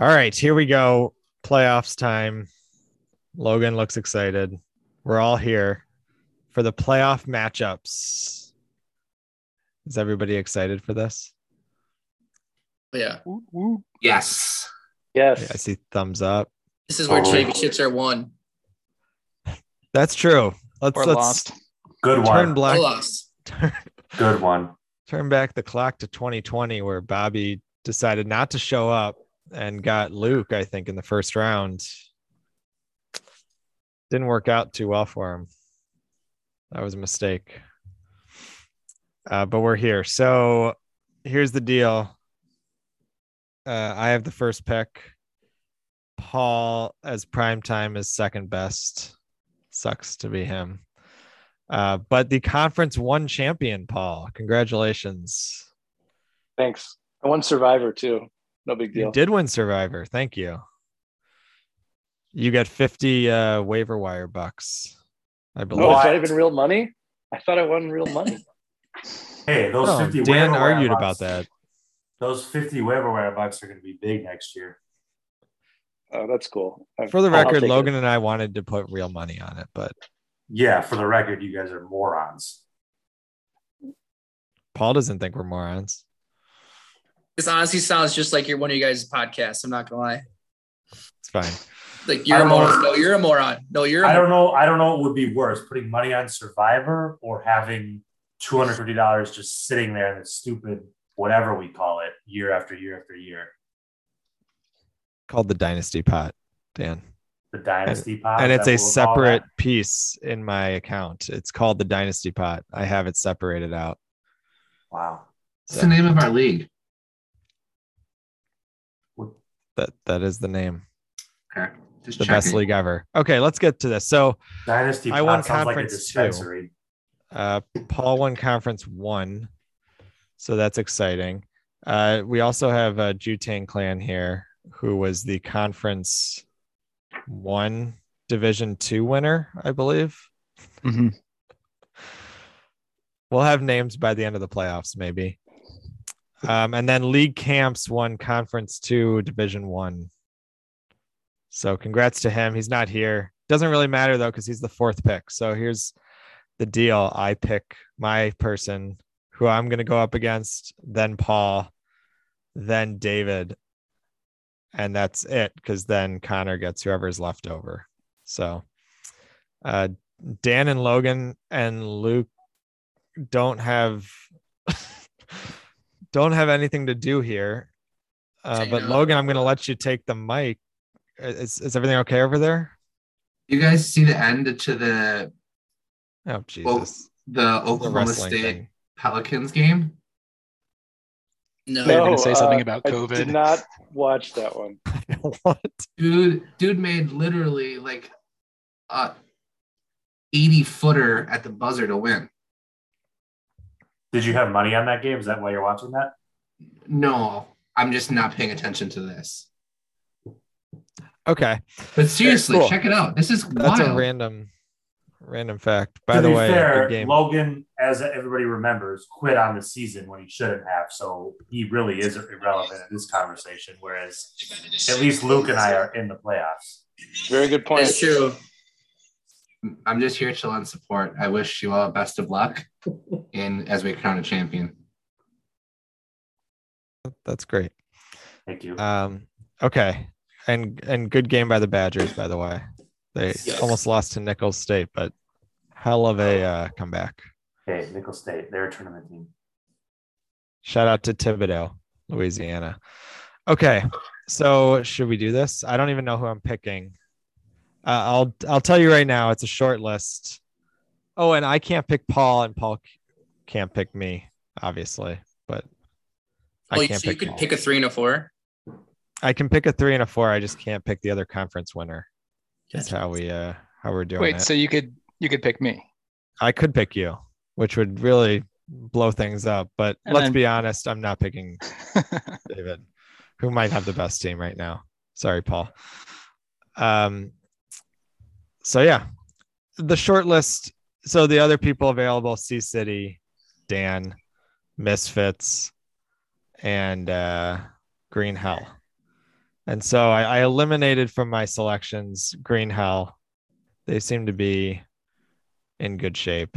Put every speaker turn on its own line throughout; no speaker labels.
All right, here we go. Playoffs time. Logan looks excited. We're all here for the playoff matchups. Is everybody excited for this?
Yeah.
Yes.
Yes.
Yeah, I see thumbs up.
This is where
Oh.
championships are won
That's true. Let's
Or
let's
lost.
Good
turn
one.
or
black
lost.
Good one.
turn back the clock to 2020 where Bobby decided not to show up and got Luke, I think, in the first round. Didn't work out too well for him. That was a mistake. Uh, but we're here. So here's the deal. Uh, I have the first pick. Paul as primetime is second best. Sucks to be him. Uh, but the conference one champion, Paul. Congratulations.
Thanks. I won Survivor too. No big deal.
You did win Survivor. Thank you. You got 50 uh, waiver wire bucks, I believe.
Oh, it's
What?
not even real money. I thought I won real money.
Hey, those
No,
50
Oh, Dan
waiver wire
argued
bucks-
about that.
Those 50 waiver wire bucks are going to be big next year.
Oh, that's cool. I-
For the
I'll- I'll
record,
take it.
Logan and I wanted to put real money on it, but
Yeah, for the record, you guys are morons.
Paul doesn't think we're morons.
This honestly sounds just like you're one of you guys' podcasts. I'm not gonna lie.
It's fine.
Like you're
I
a
don't
moron.
know.
No, you're a moron. No, you're. A
I
moron.
don't know. I don't know what would be worse, putting money on Survivor or having two hundred fifty dollars just sitting there in the stupid whatever we call it year after year after year.
Called the Dynasty Pot, Dan.
The dynasty pot,
and it's
is that
a
what we'll call
separate
that?
piece in my account. It's called the Dynasty Pot. I have it separated out.
Wow,
What's the name of our league?
That that is the name.
Okay, Just
The best
checking.
league ever. Okay, let's get to this. So
dynasty
I
pot
won
sounds like a
conference too.
dispensary.
Uh, Paul won conference one, so that's exciting. Uh, we also have uh, Jutang Clan here, who was the conference one division two winner, I believe.
Mhm.
We'll have names by the end of the playoffs, maybe. Um, and then league camps won conference two, division one. So congrats to him. He's not here. Doesn't really matter though, because he's the fourth pick. So here's the deal I pick my person who I'm going to go up against, then Paul, then David. And that's it because then Connor gets whoever's left over. So uh, Dan and Logan and Luke don't have don't have anything to do here. Uh,
Take
but
it.
Logan, I'm going to let you take the mic. Is, is everything okay over there?
You guys see the end to the
Oh
well,
Jesus!
the
The
Oklahoma
wrestling
State
thing.
Pelicans game?
No.
They were gonna say something
uh,
about
I did
COVID.
not watch that one.
what?
Dude, dude made literally like a 80 footer at the buzzer to win.
Did you have money on that game? Is that why you're watching that?
No, I'm just not paying attention to this.
Okay.
But seriously,
Cool.
check it out. This is
That's a
wild.
random, random fact. By
to
the
be
way,
fair,
good game.
Logan, as everybody remembers, quit on the season when he shouldn't have. So he really is irrelevant in this conversation. Whereas at least Luke and I are in the playoffs.
Very good point.
That's true.
I'm just here to lend support. I wish you all best of luck in as we crown a champion.
That's great.
Thank you.
Um, okay, and and good game by the Badgers. By the way, they
Yes.
almost lost to Nichols State, but hell of a uh, comeback.
Okay, Nickel State, they're a tournament team.
Shout out to Thibodeau, Louisiana. Okay, so should we do this? I don't even know who I'm picking. Uh, I'll I'll tell you right now. It's a short list. Oh, and I can't pick Paul, and Paul c- can't pick me, obviously. But I
Well,
can't
so you
pick.
could
Paul.
pick a three and a four.
I can pick a three and a four. I just can't pick the other conference winner. That's how we uh how we're doing
Wait,
it.
so you could you could pick me.
I could pick you, which would really blow things up. But
And
let's
then-
be honest, I'm not picking David, who might have the best team right now. Sorry, Paul. Um, so yeah, the short list. So the other people available: C City, Dan, Misfits, and uh, Green Hell. And so I, I eliminated from my selections Green Hell. They seem to be in good shape.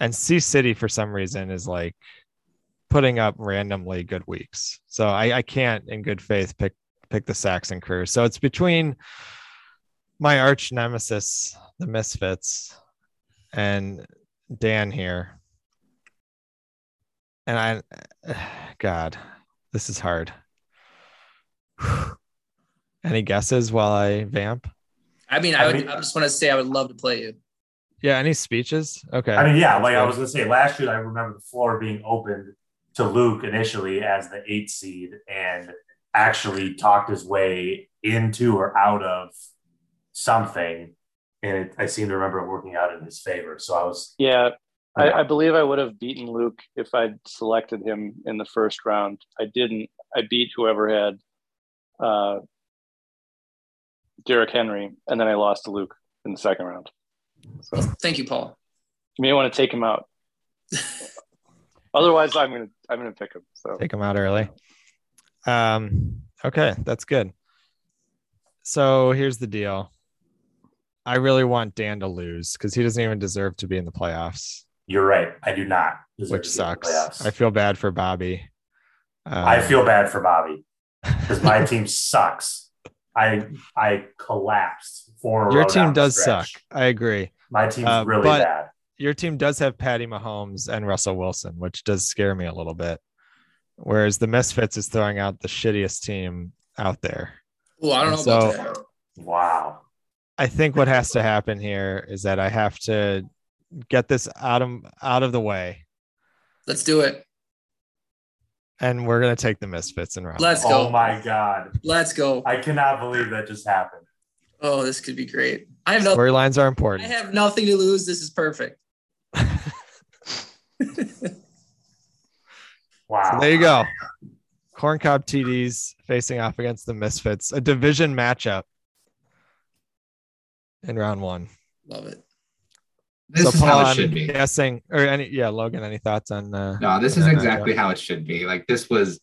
And C City, for some reason, is like putting up randomly good weeks. So I, I can't, in good faith, pick pick the Saxon crew. So it's between my arch nemesis, the Misfits, and Dan here. And I, God, this is hard. Any guesses while I vamp?
I mean, I, would, I just want to say I would love to play you.
Yeah, any speeches? Okay.
I mean, yeah, like I was gonna say last year, I remember the floor being opened to Luke initially as the eight seed and actually talked his way into or out of something, and it, I seem to remember it working out in his favor. So I was
Yeah, I, I believe I would have beaten Luke if I'd selected him in the first round. I didn't. I beat whoever had uh, Derrick Henry, and then I lost to Luke in the second round. So you
Well, thank you, Paul.
may want to take him out. Otherwise, I'm gonna I'm gonna pick him. So
take them out early. Um, okay, that's good. So here's the deal. I really want Dan to lose because he doesn't even deserve to be in the playoffs,
You're right. I do not. deserve
which
to be in the
sucks.
playoffs.
I feel bad for Bobby. Um,
I feel bad for Bobby because my team sucks. I I collapsed four. in a
your
row down
team
the
does
stretch.
suck. I agree.
My team's
Uh,
really
but-
bad.
Your team does have Patty Mahomes and Russell Wilson, which does scare me a little bit. Whereas the Misfits is throwing out the shittiest team out there.
Oh, I don't know
And
about
so-
that.
Wow.
I think what has to happen here is that I have to get this out of out of the way,
Let's do it.
and we're gonna take the misfits and round.
Let's
oh
go.
my god.
Let's go.
I cannot believe that just happened.
Oh, this could be great. I have nothing.
storylines are
I
important.
have nothing to lose. This is perfect.
Wow.
So there you go. Corncob TDs facing off against the misfits, a division matchup in round one.
Love it.
This
so
is
Paul,
how it
I'm
should be.
guessing or any yeah, Logan, any thoughts on uh,
No, this is
Yeah, no,
exactly how it should be. Like this was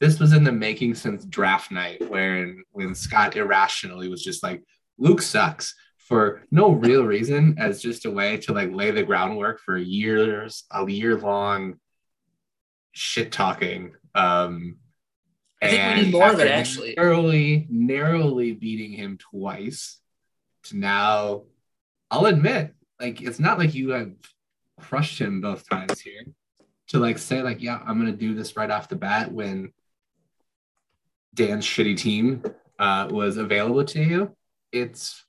this was in the making since draft night when when Scott irrationally was just like Luke sucks for no real reason as just a way to like lay the groundwork for years a year long shit talking um
I think we
and
need more of it,
after
actually.
narrowly narrowly beating him twice to now I'll admit, like it's not like you have crushed him both times here. To like say like, yeah, I'm gonna do this right off the bat when Dan's shitty team uh, was available to you. It's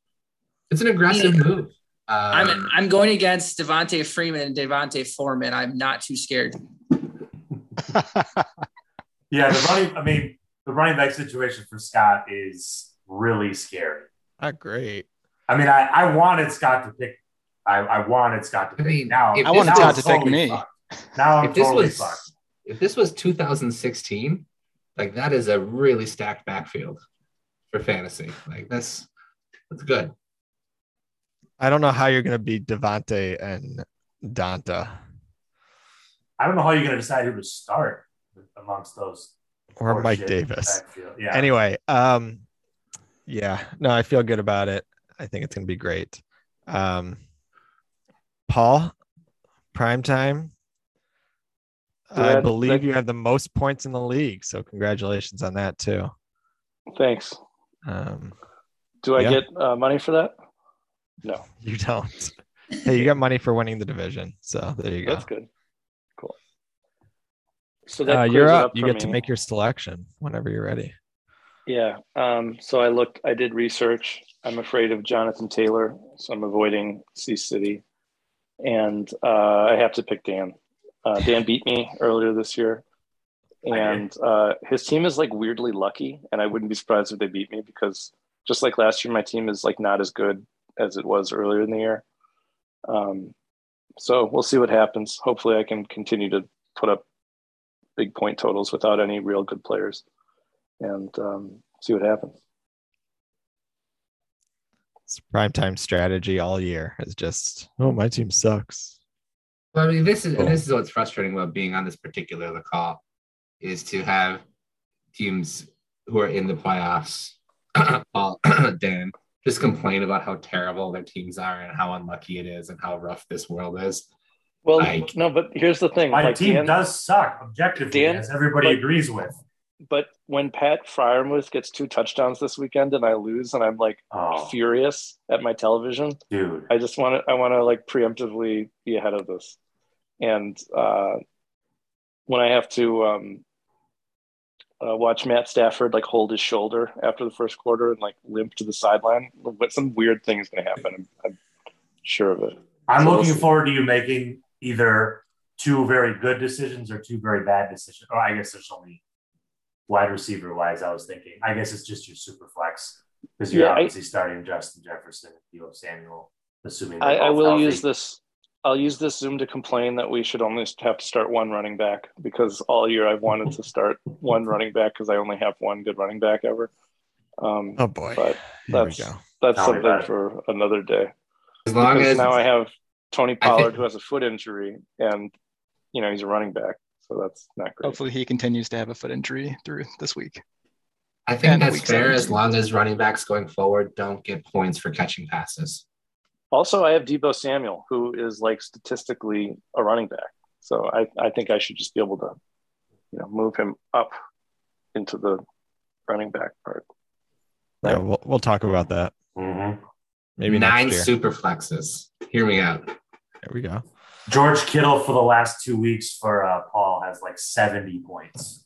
it's an aggressive
Yeah.
move. Um,
Uh,
I'm I'm going against Devonte Freeman and Devonte Foreman. I'm not too scared.
Yeah, the running I mean, the running back situation for Scott is really scary.
not great.
I mean, I, I wanted Scott to pick I, I wanted Scott to
I
pick
mean,
now.
if
now
this
I'm
was-
to pick me.
fucked. Now I'm
if this
totally
was
fucked.
if this was 2016, like that is a really stacked backfield for fantasy. Like that's that's good.
I don't know how you're gonna beat Devante and Donta
I don't know how you're gonna decide who to start amongst those
or
poor
Mike
shit
Davis.
backfield. Yeah.
anyway um yeah no i feel good about it i think it's gonna be great um paul prime time i
That-
believe
that-
you have the most points in the league so congratulations on that too
thanks.
um
Do I
Yeah.
get uh, money for that?
you don't hey you got money for winning the division so there you go
That's good. Cool. So that
uh,
clears
you're
it
up. you
for
get to
me.
make your selection whenever you're ready
Yeah. Um, so I looked, I did research. I'm afraid of Jonathan Taylor, so I'm avoiding C City. And uh, I have to pick Dan. Uh, Dan beat me earlier this year.
I did.
And uh, his team is like weirdly lucky. And I wouldn't be surprised if they beat me because just like last year, my team is like not as good as it was earlier in the year. Um, so we'll see what happens. Hopefully, I can continue to put up big point totals without any real good players and um, see what happens.
it's prime time strategy all year is just oh my team sucks
Well, I mean, this is
Cool.
and this is what's frustrating about being on this particular call is to have teams who are in the playoffs, all Dan, just complain about how terrible their teams are and how unlucky it is and how rough this world is.
Well,
Like-
no, but here's the thing.
My
like
team
Dan-
does suck objectively,
Dan,
as everybody
like-
agrees with.
But when Pat Fryermuth gets two touchdowns this weekend and I lose, and I'm like
Oh,
furious at my television,
dude.
I just want to. I want to like preemptively be ahead of this, and uh, when I have to um, uh, watch Matt Stafford like hold his shoulder after the first quarter and like limp to the sideline, what some weird thing is going to happen. I'm, I'm sure of it.
I'm
So we'll
looking
see.
forward to you making either two very good decisions or two very bad decisions. Or I guess there's only wide receiver wise. I was thinking. I guess it's just your super flex because you're
Yeah, I-
obviously starting Justin Jefferson and Debo Samuel, assuming they're
I, I
both
will
healthy.
use this. I'll use this Zoom to complain that we should only have to start one running back because all year I've wanted to start one running back because I only have one good running back ever. Um,
Oh boy.
But
Here we
that's-
go.
that's
Tell me
something
about it.
for another day.
As long
Because
as
now I have Tony
I think-
Pollard who has a foot injury, and you know he's a running back, so that's not great.
Hopefully, he continues to have a foot injury through this week.
I think
And
that's
week
fair as
17.
long as running backs going forward don't get points for catching passes.
Also, I have Debo Samuel, who is like statistically a running back. So I, I think I should just be able to, you know, move him up into the running back part.
Yeah, we'll, we'll talk about that.
Mhm.
Maybe
nine
next year.
super flexes. Hear me out.
There we go.
George Kittle for the last two weeks for uh, Paul has like 70 points.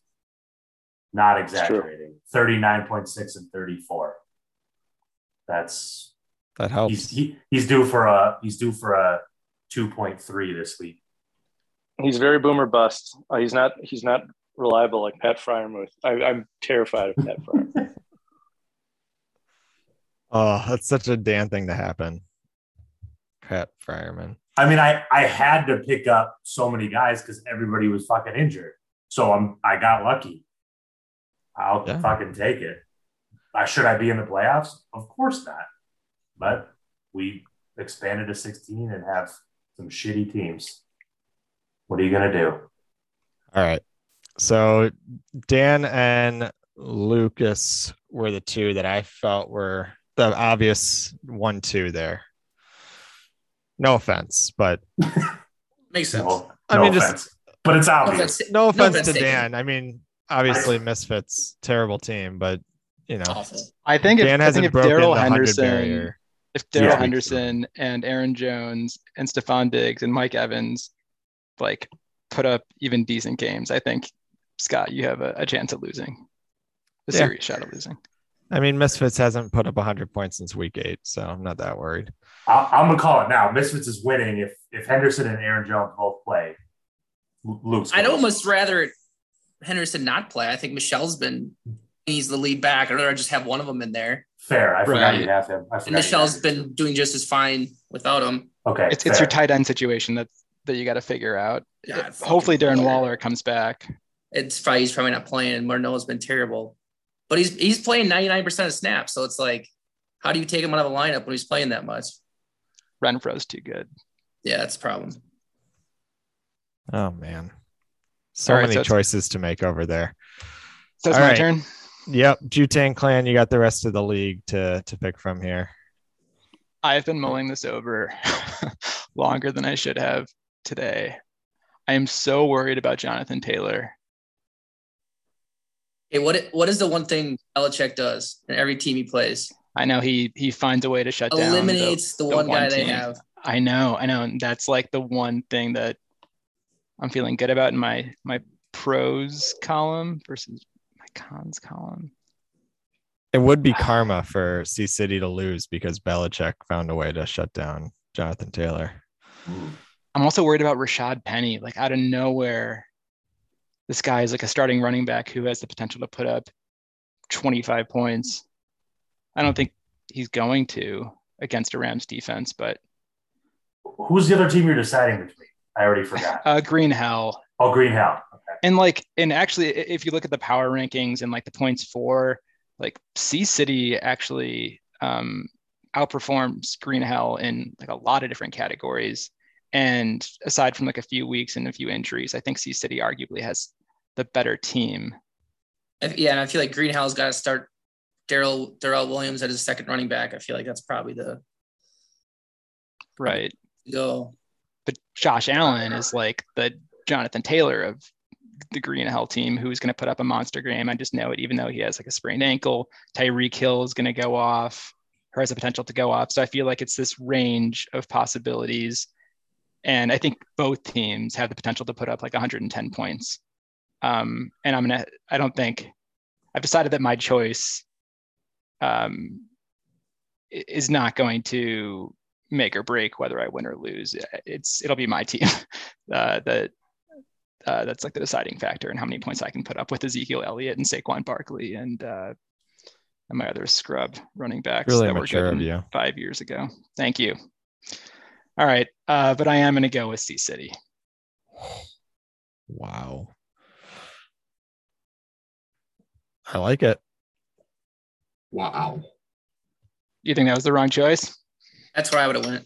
Not
true.
exaggerating. 39.6 and 34. That's
That helps.
he's he, he's due for a he's due for a 2.3 this week.
He's very boomer bust. Uh, he's not he's not reliable like Pat Fryermuth. I, I'm terrified of Pat Fryermuth.
oh, that's such a Dan thing to happen. Pat Fryerman.
I mean, I I had to pick up so many guys because everybody was fucking injured. So I'm I got lucky. I'll
Yeah.
fucking take it. Uh, should I be in the playoffs? Of course not. But we expanded to 16 and have some shitty teams. What are you gonna do?
All right. So Dan and Lucas were the two that I felt were the obvious one two there. No offense, but
Makes sense.
No,
I
no
mean, just-
offense. but it's
No
obvious.
offense.
no offense
offense
to
taken.
Dan. I mean, obviously Misfits, terrible team, but you know,
Awful.
I think if,
Dan
I think
hasn't
if
broken
Daryl
the hundred
Henderson,
barrier.
if Daryl
Yeah.
Henderson and Aaron Jones and Stephon Diggs and Mike Evans, like put up even decent games, I think Scott, you have a, a chance at losing, a
Yeah.
serious shot at losing.
I mean, Misfits hasn't put up hundred points since week eight, so I'm not that worried.
I, I'm gonna call it now. Misfits is winning if if Henderson and Aaron Jones both play. L- Luke's
I'd
winning.
almost rather Henderson not play. I think Michelle's been he's the lead back. I'd rather just have one of them in there.
fair. I forgot
Right.
you have him. I forgot
And
you
Michelle's
have him.
been doing just as fine without him.
okay.
It's, it's your
fair.
tight end situation that that you got to figure out.
Yeah,
It- Hopefully,
fucking
Darren
Waller.
Waller comes back.
It's probably he's probably not playing, and Marnella's been terrible. But he's he's playing 99% of snaps. So it's like, how do you take him out of the lineup when he's playing that much?
Renfro's too good.
Yeah, that's a problem.
Oh man, so
All right,
many
so it's-
choices to make over there.
So it's
All
my
right.
turn.
Yep, Jutang Clan, you got the rest of the league to to pick from here.
I've been mulling this over longer than I should have today. I am so worried about Jonathan Taylor.
Hey, what what is the one thing Belichick does in every team he plays?
I know he he finds a way to shut down. the-
Eliminates the,
the
one,
one
guy they
team.
have.
I know, I know, and that's like the one thing that I'm feeling good about in my my pros column versus my cons column.
It would be karma for C City to lose because Belichick found a way to shut down Jonathan Taylor.
I'm also worried about Rashad Penny. Like out of nowhere, this guy is like a starting running back who has the potential to put up 25 points. I don't think he's going to against a Rams defense, but
Who's the other team you're deciding between? I already forgot.
uh, Green Hell.
oh, Green Hell. Okay.
And like, and actually, i- if you look at the power rankings and like the points for, like C City actually um, outperforms Green Hell in like a lot of different categories. And aside from like a few weeks and a few injuries, I think C City arguably has the better team.
I- yeah, and I feel like Greenhow's got to start Daryl Darrell Williams at his second running back. I feel like that's probably the
right?
go.
But Josh Allen is like the Jonathan Taylor of the Green Hell team, who's going to put up a monster game. I just know it, even though he has like a sprained ankle. Tyreek Hill is going to go off, or has the potential to go off. So I feel like it's this range of possibilities, and I think both teams have the potential to put up like 110 points. Um, and I'm gonna. I don't think I've decided that my choice um, i- is not going to make or break whether I win or lose. It's it'll be my team uh, that uh, that's like the deciding factor in how many points I can put up with Ezekiel Elliott and Saquon Barkley and uh, and my other scrub running backs
Really
that were
mature
good
of
in
you.
five years ago. Thank you. All right, uh, but I am going to go with C City.
Wow. I like it.
Wow.
You think that was the wrong choice?
That's where I would have went.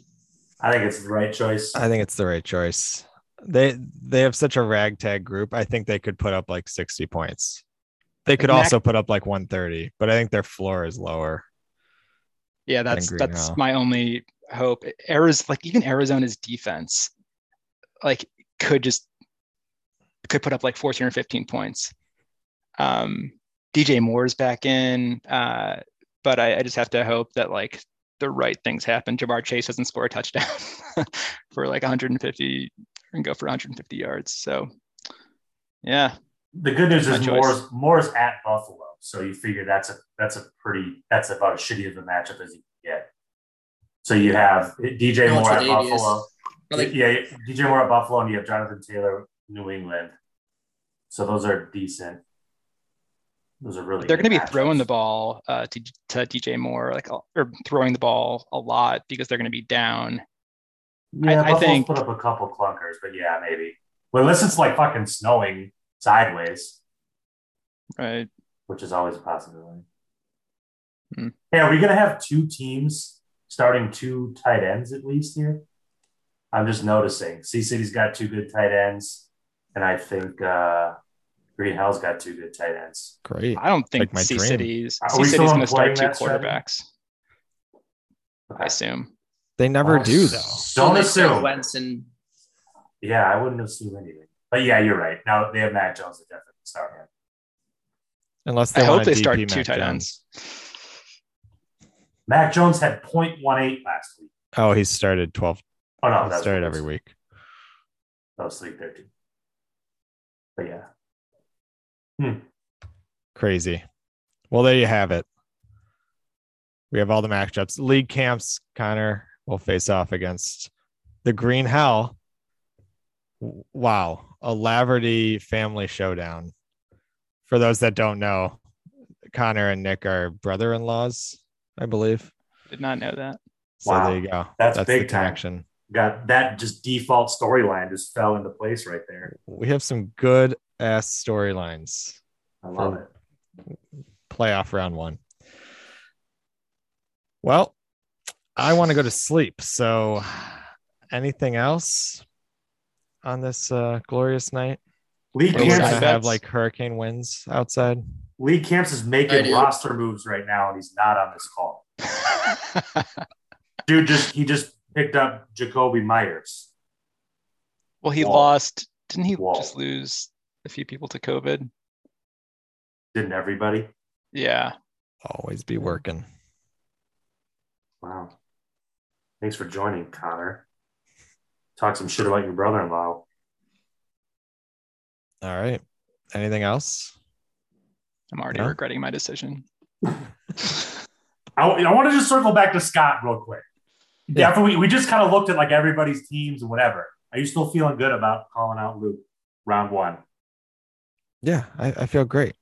I think it's the right choice.
I think it's the right choice. They they have such a ragtag group. I think they could put up like 60 points. They could
Like Mac-
also put up like 130, but I think their floor is lower.
Yeah, that's
Green
that's
Hell.
my only hope. Ariz like even Arizona's defense, like could just could put up like 14 or 15 points. Um, DJ Moore's back in, uh, but I, I just have to hope that like the right things happen. Jamar Chase doesn't score a touchdown for like 150 and go for 150 yards. So yeah,
The good news
My
is
choice.
Moore's Moore's at Buffalo, so you figure that's a that's a pretty that's about as shitty of a matchup as you can get. So you have DJ
How much
Moore at
would AD is?
Buffalo.
I think
yeah, DJ Moore at Buffalo, and you have Jonathan Taylor, New England. So those are decent. Those are really.
they're
good
going to be
matchups.
throwing the ball uh, to, to DJ Moore, like or throwing the ball a lot because they're going to be down.
Yeah,
I- I
Buffalo's
think-
put up a couple clunkers, but yeah, maybe. Well, unless it's like fucking snowing sideways,
Right.
which is always a possibility.
Hmm.
Hey, are we gonna have two teams starting two tight ends at least here? I'm just noticing. C City's got two good tight ends, and I think uh Green Hell's got two good tight ends.
Great.
I don't think
Like my
C
dream.
City's
Are
C
we
City's
still
going to start
playing
two
that strategy?
quarterbacks. I assume.
They never
Oh,
do
s-
though.
Don't
they start
assume.
Wentz and
Yeah, I wouldn't assume anything. But yeah, you're right. Now they have Matt Jones that definitely start him.
Unless
I
they
hope
want to
they
DP
start
Mac
two tight
Jones.
ends.
Mac Jones had 0.18 last week.
Oh, he started 12.
Oh no,
he
that's
started every week.
That was three thirty. But yeah,
Crazy. Well, there you have it. We have all the matchups. League camps, Connor will face off against the Green Hell. W- Wow. A Laverty family showdown. For those that don't know, Connor and Nick are brother in laws, I believe.
Did not know that.
So
Wow.
there you go.
That's
the
big time.
connection.
got that just default storyline just fell into place right there.
We have some good ass storylines.
I love it.
playoff round one. Well, I want to go to sleep. So, anything else on this uh, glorious night?
Lee
Are we
Yes.
gonna
Side
Camps,
have
bets.
like hurricane winds outside?
Lee Camps is
I
making
do.
roster moves right now, and he's not on this call. Dude, just he just picked up Jacoby Myers.
well, he
Whoa.
lost. Didn't he
Whoa.
just lose a few people to COVID?
Didn't everybody?
Yeah.
Always be working.
Wow. Thanks for joining, Connor. Talk some shit about your brother-in-law.
All right. Anything else?
I'm already
No.
regretting my decision.
I, I want to just circle back to Scott real quick.
Yeah.
After we, we just kind of looked at like everybody's teams and whatever. Are you still feeling good about calling out Luke round one?
Yeah, I, I feel great.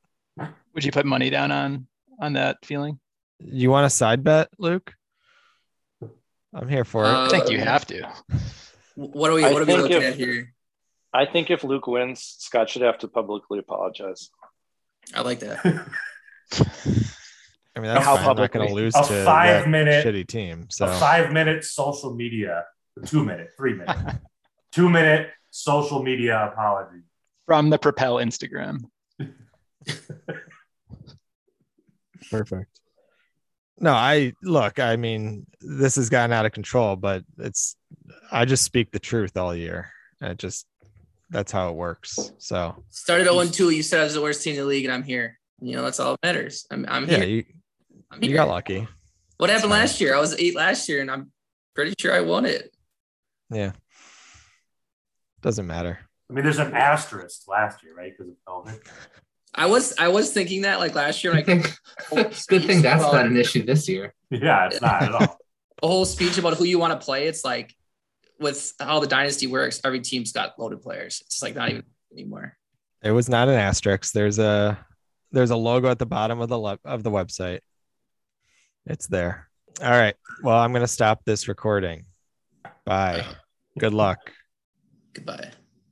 Would you put money down on on that feeling?
You want a side bet, Luke? I'm here for it.
I think you
Uh,
have to.
what are we?
I
What are we
think
looking
if-
at here?
I think if Luke wins, Scott should have to publicly apologize.
I like that.
I mean, that's
how
fine. I'm not going to
publicly-
lose
a
to
five
that
minute-
shitty team. So
a five minute social media, two minute, three minute, two minute social media apology.
From the Propel Instagram.
Perfect. No, I look, I mean, this has gotten out of control, but it's I just speak the truth all year. And it just that's how it works. So
Started 0 2. You said I was the worst team in the league, and I'm here. You know, that's all that matters. I'm, I'm
yeah,
here.
you
I'm
you
here.
got lucky.
What happened
Sorry.
last year? I was eight last year, and I'm pretty sure I won it.
Yeah. Doesn't matter.
I mean, there's an asterisk last year, right? Because of COVID.
I was I was thinking that like last year,
I
like a
think good thing that's not an issue this year.
Yeah, it's not at all.
whole speech about who you want to play. It's like with how the dynasty works, every team's got loaded players. It's like not even anymore.
It was not an asterisk. There's a there's a logo at the bottom of the le- of the website. It's there. All right. Well, I'm going to stop this recording. Bye. Good luck.
Goodbye.